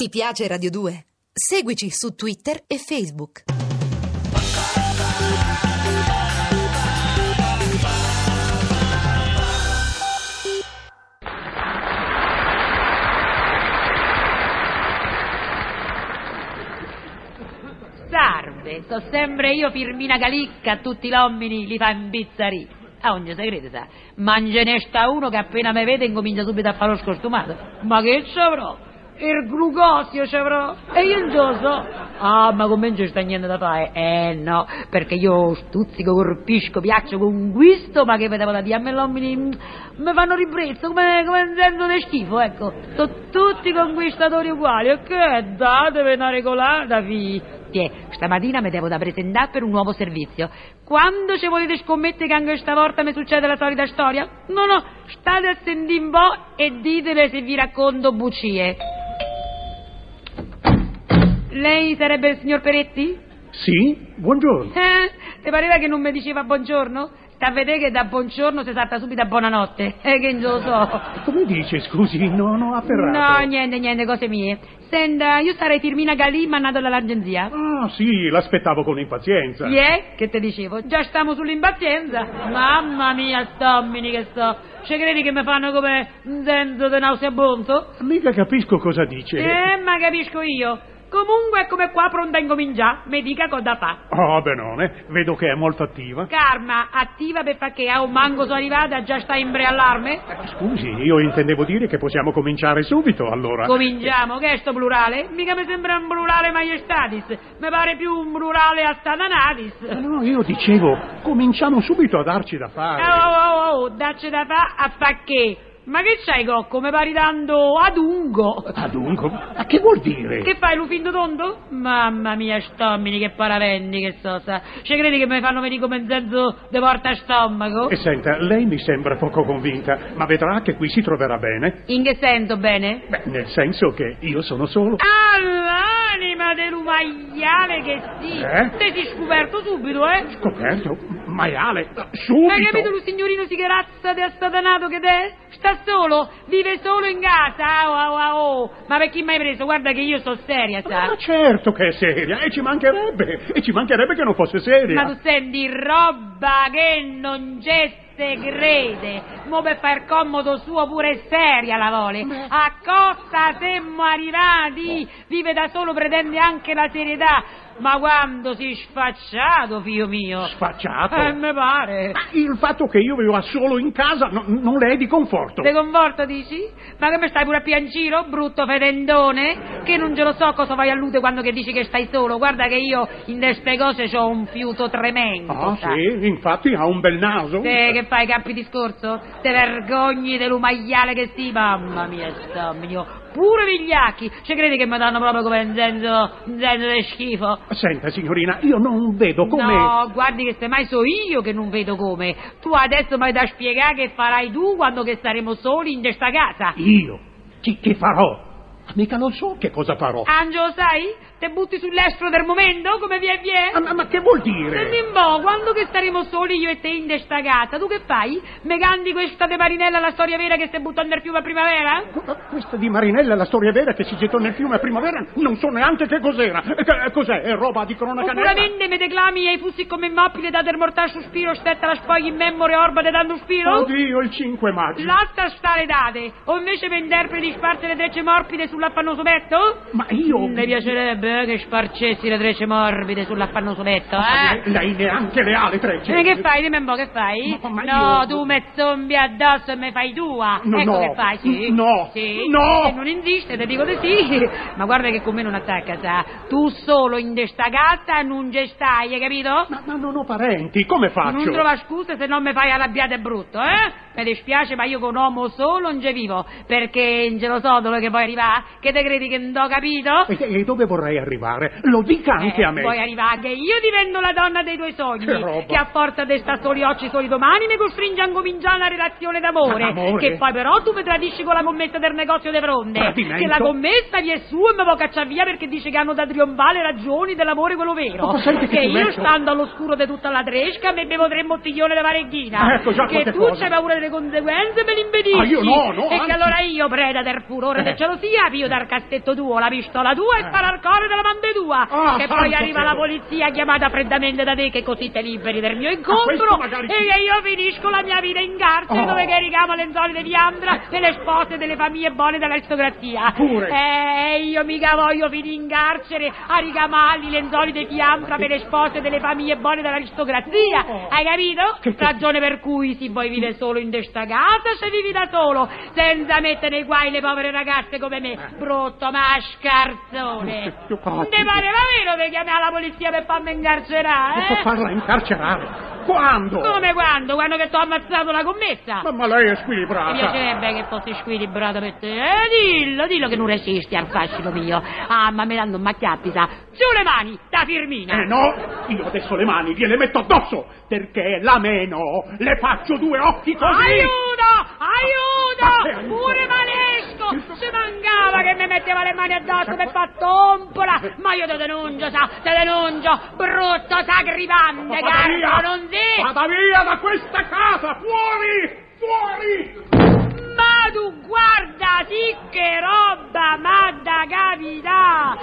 Ti piace Radio 2? Seguici su Twitter e Facebook. Salve, sto sempre io Firmina Galicca, a tutti gli uomini li fa imbizzarì. A ogni segreto sa, ma ce ne sta uno che appena me vede incomincia subito a fare lo scostumato. Ma che c'avrò? Il glucosio c'avrò? E io non lo so. Ah, ma con me non ci sta niente da fare. Eh no, perché io stuzzico, colpisco, piaccio, conquisto, ma che vedevo da dire a me gli uomini mm, mi fanno ribrezzo come, come un gendo di schifo, ecco. Sono tutti conquistatori uguali, e che datevi una regolata, figli. Tiè, stamattina mi devo da presentare per un nuovo servizio. Quando ci volete scommettere che anche stavolta mi succede la solita storia? No, no, state a sentire un po' e ditele se vi racconto bucie. Lei sarebbe il signor Peretti? Sì, buongiorno. Eh, ti pareva che non mi diceva buongiorno? Sta a vedere che da buongiorno si salta subito a buonanotte. Eh, che non lo so. Come dice, scusi, non ho No, afferrato. niente, niente, cose mie. Senta, io sarei Firmina Galì, mandato dall'agenzia. Ah, sì, l'aspettavo con impazienza. Sì, eh? Che te dicevo? Già stiamo sull'impazienza. Mamma mia, stommini che sto. Ci credi che mi fanno come un senso di nauseabondo? Mica capisco cosa dice. Eh, ma capisco io. Comunque, come qua pronta a incominciare, mi dica cosa fa. Oh, benone, vedo che è molto attiva. Karma, attiva per fa che a un mango sono arrivata già sta in preallarme? Scusi, io intendevo dire che possiamo cominciare subito, allora. Cominciamo, che è sto plurale? Mica mi sembra un plurale maiestatis, mi pare più un plurale Eh, astanatis. no, io dicevo, cominciamo subito a darci da fare. Oh, oh, oh, oh, dacci da fa a fa che? Ma che c'hai, cocco? Mi pari tanto adungo. Ah, dunque, ma che vuol dire? Che fai, Lufindo Tondo? Mamma mia, stommini, che paravenni che so, sa. Ci credi che mi fanno venire come un senso di porta a stomaco? E Eh, senta, lei mi sembra poco convinta, ma vedrà che qui si troverà bene. In che senso, bene? Beh, nel senso che io sono solo. Ah. All'anima dell'umaiale che sì! Eh? Te si scoperto subito, eh? Scoperto, maiale, subito. Hai capito lo signorino si sigherazza di assadanato che te? Sta solo, vive solo in casa, au au au! Ma per chi mai preso? Guarda che io sto seria, sa! Ma certo che è seria, e ci mancherebbe, e ci mancherebbe che non fosse seria. Certo. Ma tu senti roba che non c'è segrete. Mo per far comodo suo pure è seria la vole. A costa semmo arrivati. Vive da solo, pretende anche la serietà. Ma quando si è sfacciato, figlio mio? Sfacciato. Eh, me pare. Ma il fatto che io viva solo in casa no- non le è di conforto. Te conforto, dici? Ma come stai pure a piangiro, brutto fedendone? Che non ce lo so cosa vai a lute quando che dici che stai solo. Guarda che io in queste cose ho un fiuto tremendo. Ah, sa. sì, infatti ha un bel naso. Te che fai campi discorso? Te vergogni dell'umaiale che sti, mamma mia, stomnio. Pure vigliacchi, ci credi che mi danno proprio come un senso, un senso di schifo? Senta, signorina, io non vedo come... No, guardi che semmai so io che non vedo come. Tu adesso mi hai da spiegare che farai tu quando che saremo soli in questa casa. Io, chi, che farò? Ma Mica lo so che cosa farò. Angelo, sai? Te butti sull'estro del momento, come vi è vi è? Ah, ma, ma che vuol Senti dire? un po', quando che staremo soli io e te in questa casa, tu che fai? Me canti questa de Marinella la storia vera che stai buttando nel fiume a primavera? Ma Questa di Marinella, la storia vera che si gettò nel fiume a primavera, non so neanche che cos'era. Eh, che- Cos'è? È roba di cronaca nera? Oppuramente mi declami e i fussi come immobile da del mortal sospiro stetta la spoglia in memore orba de dando spiro? Oddio, il 5 maggio. L'altra sta le date, o invece mi interpreti sparte le trecce morbide sull'affannoso petto? Ma io... Mi piacerebbe eh, che sparcessi le trecce morbide sull'affannoso petto, eh? Lei neanche le ha le trecce. E che fai? Dimmi un po' che fai? Ma- ma no, io- tu me zombi addosso e me fai tua. No, ecco no. che fai, sì. No. Sì. No. Se non insiste, ti dico di sì. Ma guarda che con me non attacca, sa. Tu solo in desta casa non gestai, hai capito? Ma, ma non ho parenti, come faccio? Non trova scuse se non mi fai arrabbiare e brutto, eh? Mi dispiace, ma io con uomo solo non ci vivo, perché non ce lo so dove che puoi arrivare, che te credi che non t'ho capito? E, e dove vorrei arrivare? Lo dica anche Eh, a me. Puoi arrivare che io divento la donna dei tuoi sogni. Che roba. a forza di sta soli oggi, soli domani, mi costringe a cominciare una relazione d'amore. Ma d'amore? Che poi però tu mi tradisci con la commessa del negozio de fronte. Tradimento? Che la commessa vi è sua e mi può cacciare via perché dice che hanno da trionfare ragioni dell'amore quello vero. Ma cos'è che ti io metto? stando all'oscuro di tutta la tresca mi bevo tre bottiglioni di Ah, vareghina. ecco già che quante tu cose. c'hai paura delle conseguenze e me le impedisci. Ah, io no, no, E che anzi. allora io, preda del furore Eh. del gelosia, io dal castetto tuo la pistola tua e Eh. sparo al cuore della mande tua. Ah, che poi santo arriva cielo. la polizia chiamata freddamente da te che così te liberi del mio Ah, questo incontro magari e sì. che io finisco la mia vita in carcere Oh. Eh. dove che ricamo lenzoli di diandra e le spose delle famiglie buone dell'aristocrazia. Pure. Eh, io mica voglio finire in carcere a ricamarli i lenzoli di diandra per le spose delle famiglie buone dell'aristocrazia. Oh. Hai capito? Che- Ragione per cui si vuoi vivere solo in questa casa se vivi da solo, senza mettere nei guai le povere ragazze come me. Brutto mascarzone. Eh. Che pazzo. Ti pareva vero che chiamare la polizia per farmi incarcerare, E eh? può farla incarcerare. Quando? Come quando? Quando che ti ho ammazzato la commessa? Ma, ma lei è Mi squilibrata. piacerebbe che fossi squilibrato per te. Eh, dillo, dillo che non resisti al fascino mio. Ah, ma me l'hanno macchiappita. Giù le mani, da Firmina. Eh no, io adesso le mani gliele metto addosso, perché la meno le faccio due occhi così. Aiuto! Ah, eh, Aiuto! aiuto. Pure Valesco! Ci mancava che mi metteva le mani addosso per far tombola! Eh. Ma io te denuncio, sa! Te denuncio! Brutto sacripante, Vada via! caro, non si! Vada via da questa casa, fuori! Fuori! Ma tu guarda, sì che roba! Ma da capità!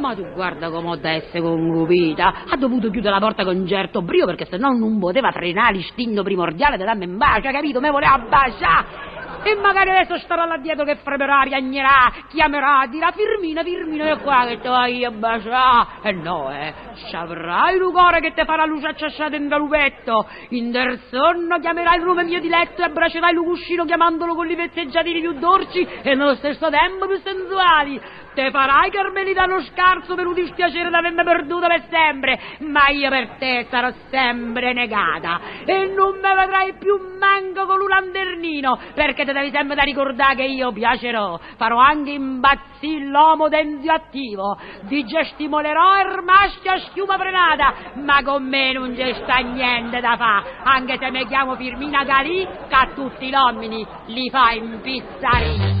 Ma tu guarda come ho da essere concupita! Ha dovuto chiudere la porta con certo brio perché sennò non poteva frenare l'istinto primordiale di darmi in bacio, capito? Me voleva baciare! E magari adesso starà là dietro che fremerà, riagnerà, chiamerà, dirà Firmina, Firmina, è qua che te vai a baciare. E no, eh, ci avrai il rugore che te farà luce acciasciata in galupetto. In del sonno chiamerai il nome mio diletto e abbraccerai il cuscino chiamandolo con i vezzeggiatini più dolci e nello stesso tempo più sensuali. Te farai Carmelita lo scarso per un dispiacere d'avermi perduta per sempre, ma io per te sarò sempre negata e non me vedrai più manco con un lanternino, perché te devi sempre da ricordare che io piacerò, farò anche imbazzir l'uomo denzio attivo, digestimolerò il maschio a schiuma frenata, ma con me non c'è sta niente da fa, anche se mi chiamo Firmina Galicca a tutti gli uomini li fa impizzarire.